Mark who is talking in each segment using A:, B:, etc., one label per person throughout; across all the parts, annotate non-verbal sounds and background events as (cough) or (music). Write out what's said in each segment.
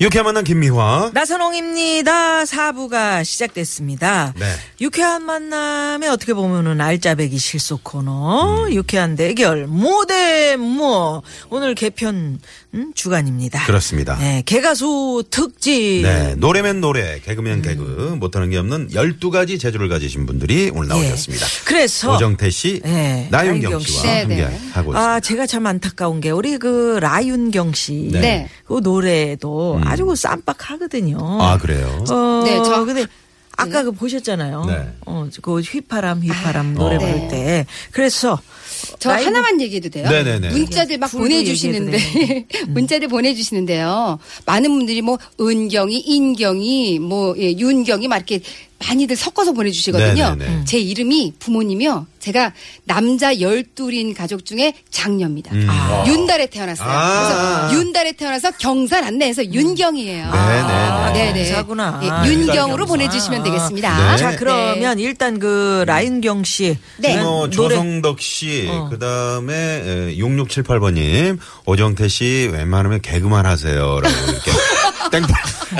A: 유쾌한 만남 김미화.
B: 나선홍입니다. 사부가 시작됐습니다.
A: 네.
B: 유쾌한 만남에 어떻게 보면은 알짜배기 실속 코너, 유쾌한 대결, 모대 뭐 오늘 개편 음, 주간입니다.
A: 그렇습니다.
B: 네, 개가수 특집.
A: 네, 노래면 노래, 개그면 개그, 못하는 게 없는 12가지 재주를 가지신 분들이 오늘 나오셨습니다.
B: 예. 그래서
A: 오정태 씨,
B: 네,
A: 나윤경
B: 나윤경
A: 씨와
B: 씨.
C: 네,
A: 함께
C: 네.
A: 하고 있습니다.
B: 아, 제가 참 안타까운 게 우리 그 라윤경 씨.
A: 네. 음.
C: 네.
B: 그 노래도 아주 그 쌈박하거든요.
A: 아, 그래요?
B: 어,
C: 네, 저-
B: 근데 아까 그 보셨잖아요.
A: 네.
B: 어, 그 휘파람 휘파람 노래
A: 어.
B: 부를
C: 네.
B: 때. 그래서
C: 저
B: 라이브-
C: 하나만 얘기해도 돼요?
A: 네네네.
C: 문자들 막
B: 불도
C: 보내주시는데, (laughs) 문자를 보내주시는데요. 많은 분들이 뭐, 은경이, 인경이, 뭐, 예, 윤경이 막 이렇게 많이들 섞어서 보내주시거든요.
A: 네네네. 음.
C: 제 이름이 부모님이요. 제가 남자 열둘인 가족 중에 장녀입니다.
B: 아.
C: 윤달에 태어났어요.
A: 음. 아.
C: 그래서 윤달에 태어나서 경산 안내에서 윤경이에요.
A: 아,
C: 네네.
B: 경사구나.
C: 예, 윤경으로
A: 경사.
C: 보내주시면
A: 네.
C: 되겠습니다.
B: 자 그러면 일단 그 라인경 씨그
C: 네.
A: 뭐,
B: 노래-
A: 조성덕 씨, 그 다음에 6678번님, 오정태 씨, 웬만하면 개그만 하세요. 라고 이렇게. 땡팔,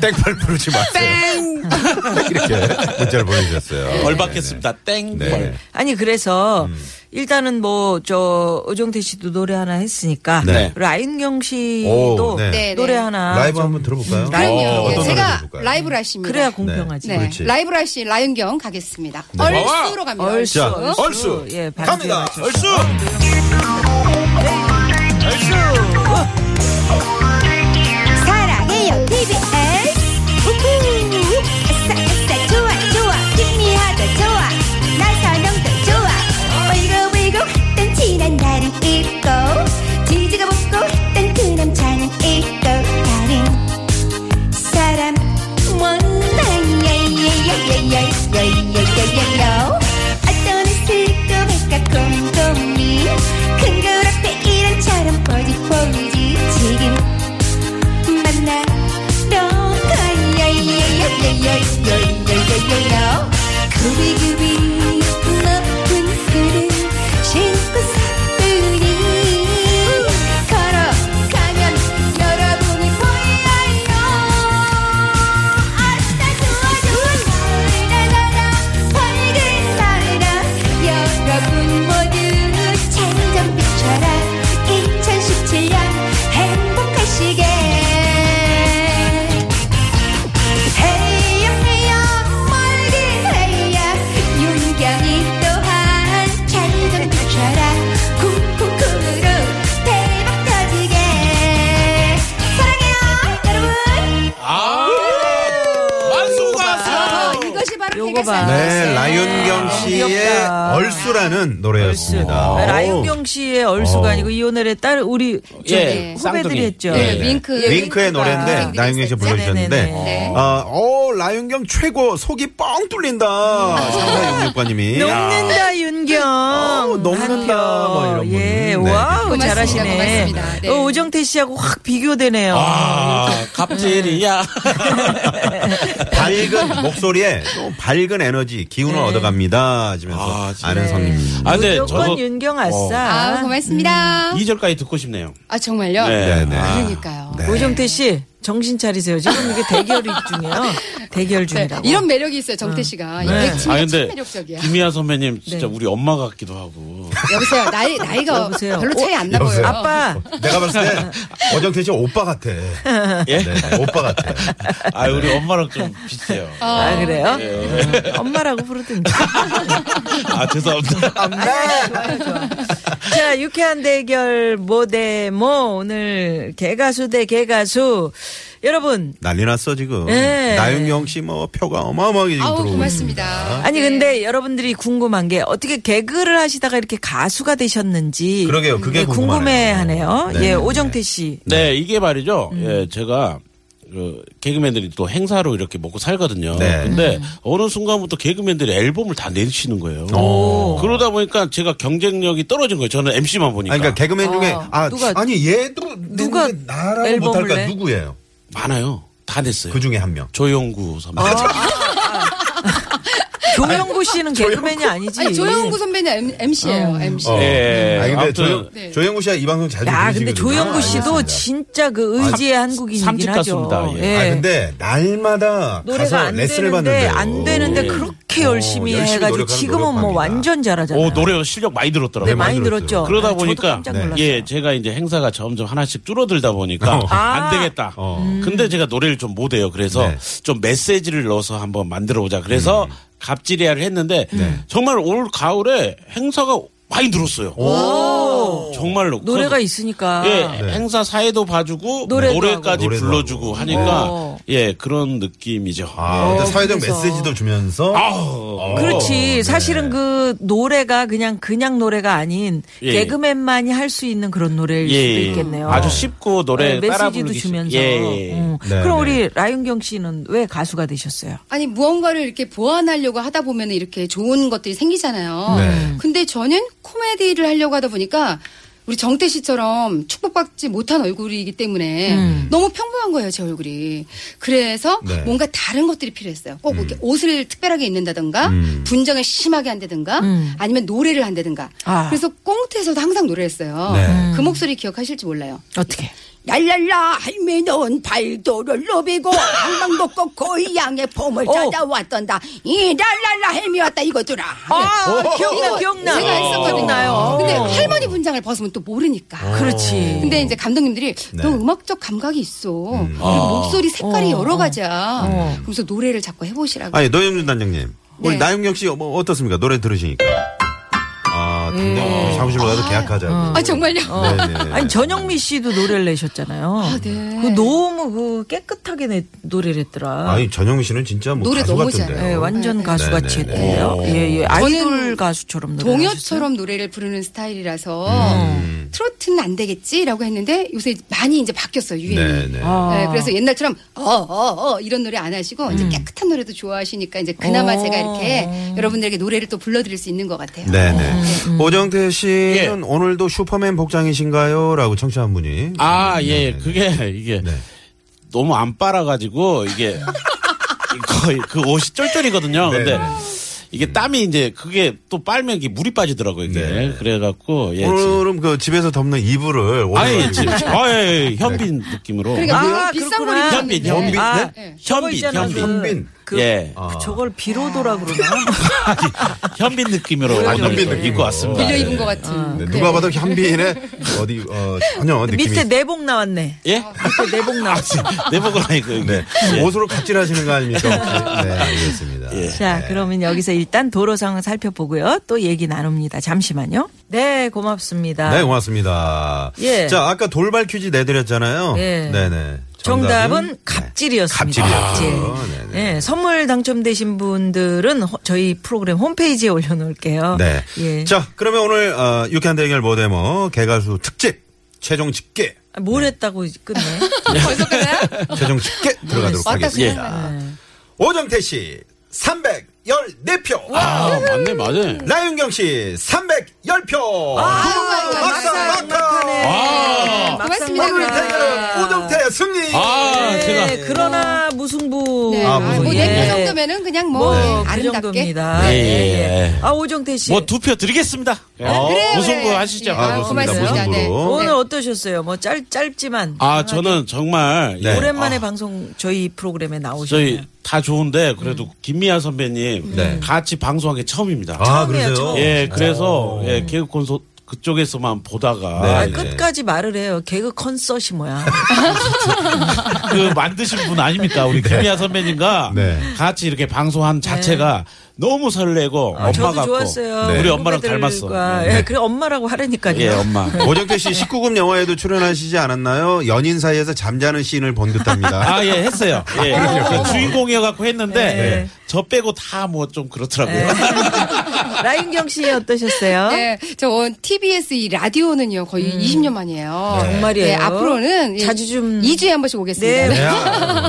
A: 땡팔 부르지
C: 네.
A: 마세요. 이렇게 문자를 보내주셨어요.
D: 얼받겠습니다. 땡.
A: 네. 네.
B: 아니 그래서
A: 음.
B: 일단은 뭐 저 오정태 씨도 노래 하나 했으니까
A: 네.
B: 라인경
A: 오,
B: 씨도
A: 네.
C: 네,
B: 노래
C: 네.
B: 하나
A: 라이브
B: 아, 좀-
A: 한번 들어볼까요?
C: 그럼요.
A: 어떤
C: 예,
A: 노래
C: 제가
A: 들어볼까요?
C: 라이브를 하십니다.
B: 그래야 공평하지.
C: 네.
A: 그렇지. 네.
C: 라이브라 씨 라윤경 가겠습니다. 얼수로 갑니다.
B: 얼쑤,
A: 자,
B: 얼쑤.
D: 얼쑤.
B: 예, 반주에
D: 갑니다.
B: 맞춰서.
D: 얼쑤.
E: 사랑해요 TBS 우후 아싸아싸 좋아 좋아 김미하도 좋아 나선홍도 좋아 울고불고 딴 친한 나를 잊고 지지가 벗고 딴 그남 자는 잊고 다른 사람 원나예예예예예예예예예요 어떤 있을까 말까 곰곰이 큰걸 앞에 이런처럼 보지 보지 지금 만나 요요요요요요요요요요 구비구비 높은 그릇 신고 사뿐히 걸어가면 여러분이 보여요 아싸 좋아 좋아 나나나 밝은 나라 여러분 모두 찬점 비춰라 2017년 행복하시게 헤이야 헤이야 멀리 헤이야 윤경이 또한 찬점 비춰라 쿵쿵쿵으로 대박 터지게 사랑해요 여러분
D: 아. 만수가사.
B: 아.
C: 어, 이것이 바로
B: 요거
C: 개가
B: 봐요.
A: 네, 라윤경 씨의
B: 아, 귀엽다.
A: 얼수라는 노래였습니다.
B: 네, 라인경 씨의 얼수가 아니고 이혼을의 딸 우리 저기
D: 예, 쌍둥이.
B: 후배들이 했죠.
D: 예.
C: 네, 윙크.
A: 윙크의 노래인데
C: 윙크가
A: 나윤경 씨가
B: 아, 네, 네,
A: 불러주셨는데
C: 네.
A: 아, 어, 라윤경 최고 속이 뻥 뚫린다.
B: 음. (laughs)
A: 3466번님이
B: 녹는다 윤경.
A: 어우, 녹는다,
B: 한표.
A: 뭐 이런 분.
B: 예,
A: 네.
B: 와우
C: 고맙습니다,
B: 잘하시네.
C: 고맙습니다. 네.
B: 어, 오정태 씨하고 확 비교되네요.
D: 아, 갑질이야.
A: 밝은 목소리에 또 밝은 에너지
B: 네.
A: 기운을 얻어갑니다. 하시면서
D: 아, 진짜.
A: 아, 는 성님.
D: 아, 근데
B: 무조건
D: 저도
B: 윤경
A: 어.
B: 아싸.
C: 아, 고맙습니다.
D: 2절까지 듣고 싶네요.
C: 아, 정말요?
D: 네,
A: 음. 네.
C: 아, 그러니까요.
A: 네.
B: 오정태 씨 정신 차리세요. 지금 이게 대결
C: (laughs)
B: 중이에요. 대결
C: 네,
B: 중이라고. 음.
C: 이런 매력이 있어요, 정태 씨가. 네.
D: 아,
C: 백치미가 참
D: 근데
C: 매력적이야.
D: 김미아 선배님 진짜
B: 네.
D: 우리 엄마 같기도 하고.
C: 여보세요. 나이, 나이가
B: 여보세요?
C: 별로 차이 안 나
A: 어? 여보세요?
C: 보여요.
B: 아빠
A: 내가 봤을 때 어정태 씨 오빠 같아.
D: 예?
A: 네, 네, 오빠 같아.
D: 아, 우리 엄마랑 좀 비슷해요.
C: 어.
B: 아 그래요?
C: 네.
B: 음, 엄마라고 부르든지.
D: 아, 죄송합니다.
B: 좋아요, 좋아요. 자, 뭐, 유쾌한 대결 모대모 오늘 개가수 대 개가수 여러분
A: 난리 났어 지금.
B: 예.
A: 나윤경 씨 뭐 표가 어마어마하게 지금
C: 아우
A: 들어오고
C: 고맙습니다.
A: 네.
B: 아니 근데 여러분들이 궁금한 게 어떻게 개그를 하시다가 이렇게 가수가 되셨는지
A: 그러게요. 그게
B: 예, 궁금해하네요.
A: 궁금하네요. 네.
B: 예, 오정태 씨.
D: 네, 이게 말이죠.
A: 음.
D: 예, 제가 그 개그맨들이 또 행사로 이렇게 먹고 살거든요.
A: 네.
D: 근데 어느 순간부터 개그맨들이 앨범을 다 내시는 거예요. 그러다 보니까 제가 경쟁력이 떨어진 거예요. 저는 MC만 보니까.
A: 아니, 그러니까 개그맨 중에 아
B: 어, 누가-
A: 아니 얘도
B: 누가
A: 누가 나라고
B: 앨범을
A: 못할까
B: 내?
A: 누구예요?
D: 많아요. 다 냈어요.
A: 그 중에 한 명.
D: 조영구 선배.
A: 아.
B: 조영구
A: (laughs)
B: 씨는 개그맨이 아니지.
C: 아니 조영구 선배는 MC예요. MC.
A: 어.
D: 예,
A: 아니, 근데
D: 아무튼-
A: 조영,
C: 네.
A: 조영구 씨가 이 방송 자주
B: 야,
A: 들으시거든요.
B: 근데 조영구 씨도
A: 네, 그러니까. 알겠습니다.
B: 진짜 그 의지의
D: 삼집
B: 한국인이긴 하죠.
D: 같습니다. 예.
A: 아 근데 날마다 가서
B: 네. 노래가 안
A: 레슨을
B: 되는데
A: 받는데요.
B: 안 되는데
A: 네.
D: 예.
B: 그렇게 열심히
A: 어, 열심히
B: 해가지고
A: 노력하는
B: 지금은 뭐
A: 노력합니다.
B: 완전 잘하잖아요.
D: 오, 노래 실력 많이
A: 네,
D: 들었더라고요.
B: 많이
A: 많이 들었죠.
B: 들었죠.
D: 그러다
B: 아, 저도
D: 보니까
B: 깜짝 놀랐어요.
D: 예 제가 이제 행사가 점점 하나씩 줄어들다 보니까
A: 어.
B: 아.
D: 안 되겠다.
A: 어.
D: 근데 제가 노래를 좀 못해요. 그래서
A: 네. 음.
D: 좀 메시지를 넣어서 한번 만들어 보자. 그래서 갑질이야를 했는데
A: 네.
D: 정말 올 가을에 행사가 많이 늘었어요. 정말로
B: 노래가
D: 그래서-
B: 있으니까.
D: 예, 행사 사회도 봐주고
B: 노래도
D: 노래까지
A: 네. 하고. 노래도
D: 불러주고
A: 하고. 네.
D: 하니까
B: 오.
D: 예 그런 느낌이죠.
A: 아, 근데 사회적
B: 어, 그래서.
A: 메시지도 주면서
D: 아우.
B: 그렇지.
D: 네.
B: 사실은 그 노래가 그냥 그냥 노래가 아닌
D: 예.
B: 개그맨만이 할 수 있는 그런 노래일 수도 있겠네요.
D: 아주 쉽고 노래
B: 네,
D: 따라
B: 메시지도
D: 부르기 쉽-
B: 주면서.
D: 예, 예.
B: 음.
A: 네,
B: 그럼
A: 네.
B: 우리 라윤경 씨는 왜 가수가 되셨어요?
C: 아니 무언가를 이렇게 보완하려고 하다 보면 이렇게 좋은 것들이 생기잖아요.
A: 네.
C: 근데 저는 코미디를 하려고 하다 보니까 우리 정태 씨처럼 축복받지 못한 얼굴이기 때문에 너무 평범한 거예요 제 얼굴이. 그래서
A: 음. 네.
C: 뭔가 다른 것들이 필요했어요. 꼭 이렇게 옷을 특별하게 입는다든가
A: 음.
C: 분장을 심하게 한다든가 아니면 노래를 한다든가.
B: 아.
C: 그래서 꽁트에서도 항상 노래를 했어요.
A: 네.
C: 그 목소리 기억하실지 몰라요.
B: 어떻게?
C: 랄랄라 할매는 발도를 누비고 방방도 꺾고 고향의 봄을
B: 오.
C: 찾아왔던다 이 랄랄라 할미 왔다 이거더라
B: 아, 기억나,
C: 이거
B: 기억나.
C: 제가 했었거든요
B: 기억나요.
C: 근데
B: 어.
C: 할머니 분장을 벗으면 또 모르니까
B: 그렇지.
C: 근데 이제 감독님들이
A: 네.
C: 너 음악적 감각이 있어 그리고 목소리 색깔이
B: 어.
C: 여러 가지야 그러면서 노래를 자꾸 해보시라고
A: 아니 노영준 단장님 우리
C: 네.
A: 나윤경 씨 뭐 어떻습니까? 노래 들으시니까 아
B: 음.
A: 당장 사무실로 가서 계약하자고.
C: 아 정말요?
A: 네네.
B: 아니 전영미 씨도 노래를 내셨잖아요.
C: 네.
B: 그 너무 그 깨끗하게 내, 노래를 했더라.
A: 아니 전영미 씨는 진짜 뭐
C: 노래
A: 가수
C: 너무
A: 같은데요.
C: 잘해요.
B: 예, 완전 가수같이
A: 네, 네,
B: 했대요. 예, 예. 아이돌
C: 저는
B: 가수처럼 노래.
C: 동요처럼 노래를 부르는 스타일이라서 트로트는 안 되겠지라고 했는데 요새 많이 이제 바뀌었어요 유행이
A: 네네.
B: 아.
C: 네, 그래서 옛날처럼 어어어 이런 노래 안 하시고 이제 깨끗한 노래도 좋아하시니까 이제 그나마
B: 어.
C: 제가 이렇게 여러분들에게 노래를 또 불러드릴 수 있는 것 같아요.
A: 네네.
B: 음,
A: 오정태 씨는
D: 예.
A: 오늘도 슈퍼맨 복장이신가요? 라고 청취한 분이.
D: 아, 예,
A: 네, 네.
D: 그게, 이게,
A: 네.
D: 너무 안 빨아가지고, 이게, 거의 그 옷이 쫄쫄이거든요.
A: 네,
D: 근데,
A: 네.
D: 이게 땀이 이제, 그게 또 빨면 이게 물이 빠지더라고요, 이게.
A: 네.
D: 그래갖고, 예. 지금.
A: 오늘은 그 집에서 덮는 이불을 오늘
D: 아니, 지금, 아, 예, 예, 현빈 느낌으로.
C: 그러니까
B: 아,
C: 물론 비싼
B: 그렇구나.
C: 거리
D: 현빈, 현빈.
B: 아,
C: 네?
B: 저거
D: 현빈,
B: 있잖아,
D: 현빈.
A: 현빈.
B: 그,
D: 예.
B: 그 저걸 비로도라 그러나?
D: 현빈 느낌으로.
B: 아,
D: 오늘
A: 현빈 느낌으로.
D: 입고 왔습니다.
C: 빌려
D: 예.
C: 입은 것 같은.
A: 네, 누가 봐도 현빈의 어디 어 전혀 느낌이
B: 네, 밑에 내복 나왔네.
D: 예? (laughs)
B: 밑에 내복 나왔어.
D: 내복을 아니고, 이게.
A: 네. 옷으로 갑질하시는 거 아닙니까? 네, 알겠습니다.
D: 예.
B: 자, 그러면 여기서 일단 도로 상황 살펴보고요. 또 얘기 나눕니다. 잠시만요. 네, 고맙습니다.
A: 네, 고맙습니다.
B: 예.
A: 자, 아까 돌발 퀴즈 내드렸잖아요.
B: 예.
A: 네네.
B: 정답은 갑질이었습니다.
A: 갑질이었죠. 네네.
B: 네, 선물 당첨되신 분들은 허- 저희 프로그램 홈페이지에 올려놓을게요.
A: 네.
B: 예.
A: 자, 그러면 오늘 어, 유쾌한 대결 모데모 개가수 특집 최종 집계
B: 아, 뭘 했다고 끝내?
C: 벌써 끝나요?
A: 최종 집계 들어가도록
C: 왔다
A: 하겠습니다.
C: 그냥.
A: 오정태 씨 314표.
D: 아, 맞네, 맞네.
A: 나윤경 씨 310표.
C: 아, 뭐,
A: 막상 막하.
D: 아,
C: 고맙습니다.
A: 오늘 대결은 오정태 승리.
D: 아, 제가.
B: 네, 그러나 무승부.
C: 네.
A: 아,
C: 아,
A: 무슨
C: 뭐
A: 예.
C: 내표 정도면은
D: 네.
C: 그냥 뭐,
B: 뭐,
C: 예,
B: 그
C: 아름답게.
B: 정도입니다.
D: 예,
B: 예, 예.
D: 예.
B: 아, 오정태 씨.
D: 뭐 두 표 드리겠습니다.
C: 아,
D: 어,
C: 그래요,
D: 뭐 무승부
C: 그래요.
D: 하시죠.
C: 예, 아,
A: 좋습니다.
C: 고맙습니다. 네.
A: 무승부로.
B: 오늘
C: 네.
B: 어떠셨어요? 뭐 짧, 짧지만.
D: 아, 저는 정말
A: 네.
B: 오랜만에 방송 저희 프로그램에 나오셨네요. 음.
D: 저희 다 좋은데 그래도 김미아 선배님 같이 방송한 게 처음입니다.
A: 네. 아,
B: 처음이에요,
A: 그러세요?
B: 처음.
D: 예, 그래서 예, 개그 콘서 그쪽에서만 보다가
B: 아,
A: 네.
B: 끝까지 말을 해요. 개그 컨서시 뭐야.
D: 아,
A: (laughs)
D: 그 만드신 분 아닙니까? 우리 김미아 선배님과
A: 네.
D: 같이 이렇게 방송한 자체가 너무 설레고 (laughs)
A: 아,
D: 엄마
B: 네. 저도
D: 같고 네.
B: 좋았어요.
A: 네.
D: 우리 엄마랑
B: 후배들과.
D: 닮았어. 네.
B: 예, 그래 엄마라고 하라니까요.
D: 예, 엄마.
A: 오정태 씨 19금 영화에도 출연하시지 않았나요? 연인 사이에서 잠자는 씬을 본
D: (laughs)
A: 듯합니다.
D: 아, 예, 했어요. 예. 그 주인공이어갖고
B: 네.
D: 했는데, 저 빼고 다 뭐 좀 그렇더라고요.
B: (laughs) 라인경 씨 어떠셨어요?
C: 네, 저 TBS 이 라디오는요 거의 20년 만이에요.
B: 정말이에요?
C: 네, 앞으로는
B: 자주 좀-
C: 2주에 한 번씩
B: 네,
C: 오겠습니다. 네,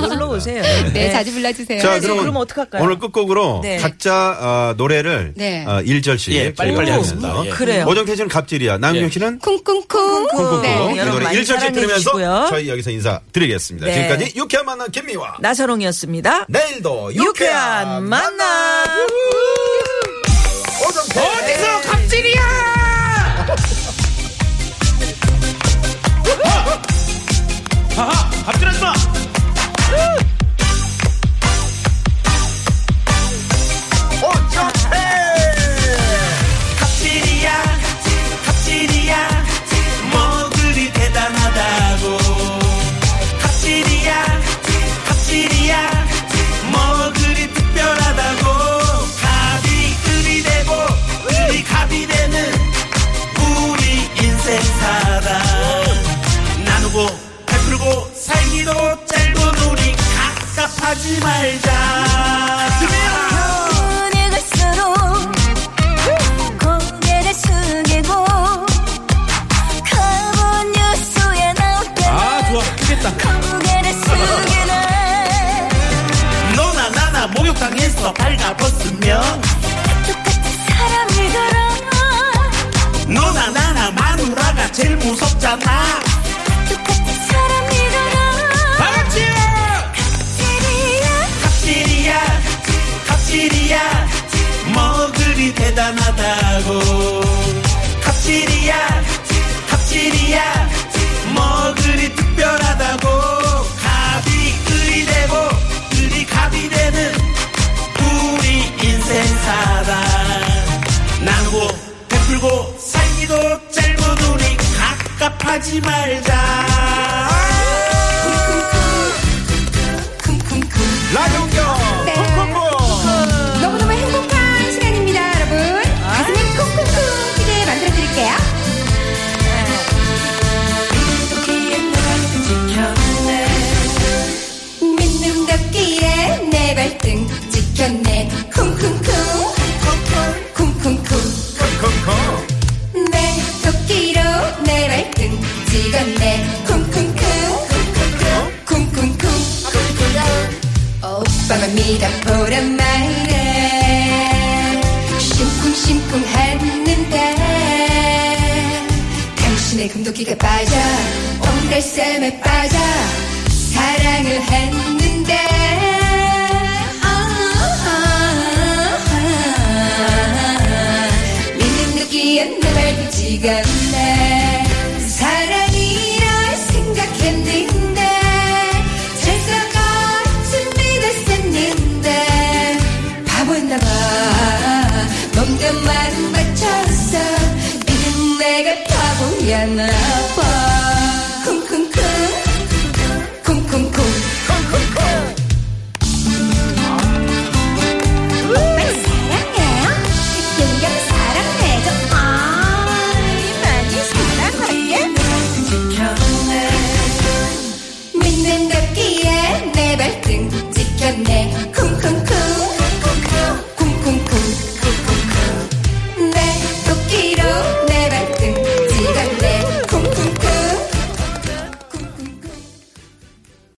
A: 네.
B: (laughs) 놀러 오세요. 네.
C: 자주 불러주세요.
A: 자,
B: 그럼- 그러면 어떡할까요?
A: 오늘 끝곡으로
B: 네.
A: 각자 어, 노래를
C: 네.
A: 어, 1절씩
D: 예, 빨리빨리 하겠습니다. 예.
B: 그래요.
A: 오정태 씨는 갑질이야. 남경
D: 예.
A: 씨는
C: 쿵쿵쿵.
B: 쿵쿵쿵.
C: 네.
A: 이
B: 여러분
A: 노래
B: 많이
A: 1절씩 들으면서
B: 사랑해주시고요.
A: 저희 여기서 인사드리겠습니다.
B: 네.
A: 지금까지 유쾌한 만남 김미화.
B: 나선홍이었습니다.
A: 내일도
B: 유쾌한
A: 유쾌한
B: 만남.
A: 오정태.
D: 어디서 갑질이야! 하하! 갑질하지 마!
E: 갑질이야 갑질이야 뭐 그리 대단하다고 갑질이야 갑질이야 뭐 그리 특별하다고 갑이 을이 되고 을이 갑이 되는 우리 인생 사다 나누고 베풀고 살기로 짧은 우리 갑갑하지 말자
F: 눈이 갈수록 고개를 숙이고 가본 뉴스에 나올
D: 아, 좋아.
F: 때나
D: 크겠다.
F: 고개를 숙이네
E: 너나 나나 목욕탕에서 발가벗으며
F: 똑같은 사람이더라
E: 너나 나나 마누라가 제일 무섭잖아
F: 똑같은 사람이더라
E: 갑질
F: 지리야
E: 갑질이야 갑질이야 뭐 그리 대단하다고 갑질이야 갑질이야 뭐 그리 특별하다고 갑이 을이 되고 을이 갑이 되는 우리 인생 사랑 나누고 베풀고 살기도 짧은 우리 갑갑하지 말자
A: 라경경.
C: 네. 너무너무 행복한 시간입니다, 여러분. 가슴에 쿵쿵쿵 뛰게 만들어드릴게요. 믿는 덕기에 내 발등 지켰네. 쿵쿵쿵. 쿵쿵쿵. 내 도끼로 내 발등 찍었네 쿵쿵쿵 쿵쿵쿵 오빠만 밀어보란 말에 심쿵심쿵 했는데 당신의 금도끼가 빠져 온달샘에 빠져 사랑을 했는데 아, 아, 아. 믿는 느끼한 내 발도 지겹네 사랑이라 생각했는데 잘것 같은 믿었었는데 바보였나봐 몸도 마음 맞춰서 믿은 내가 바보였나봐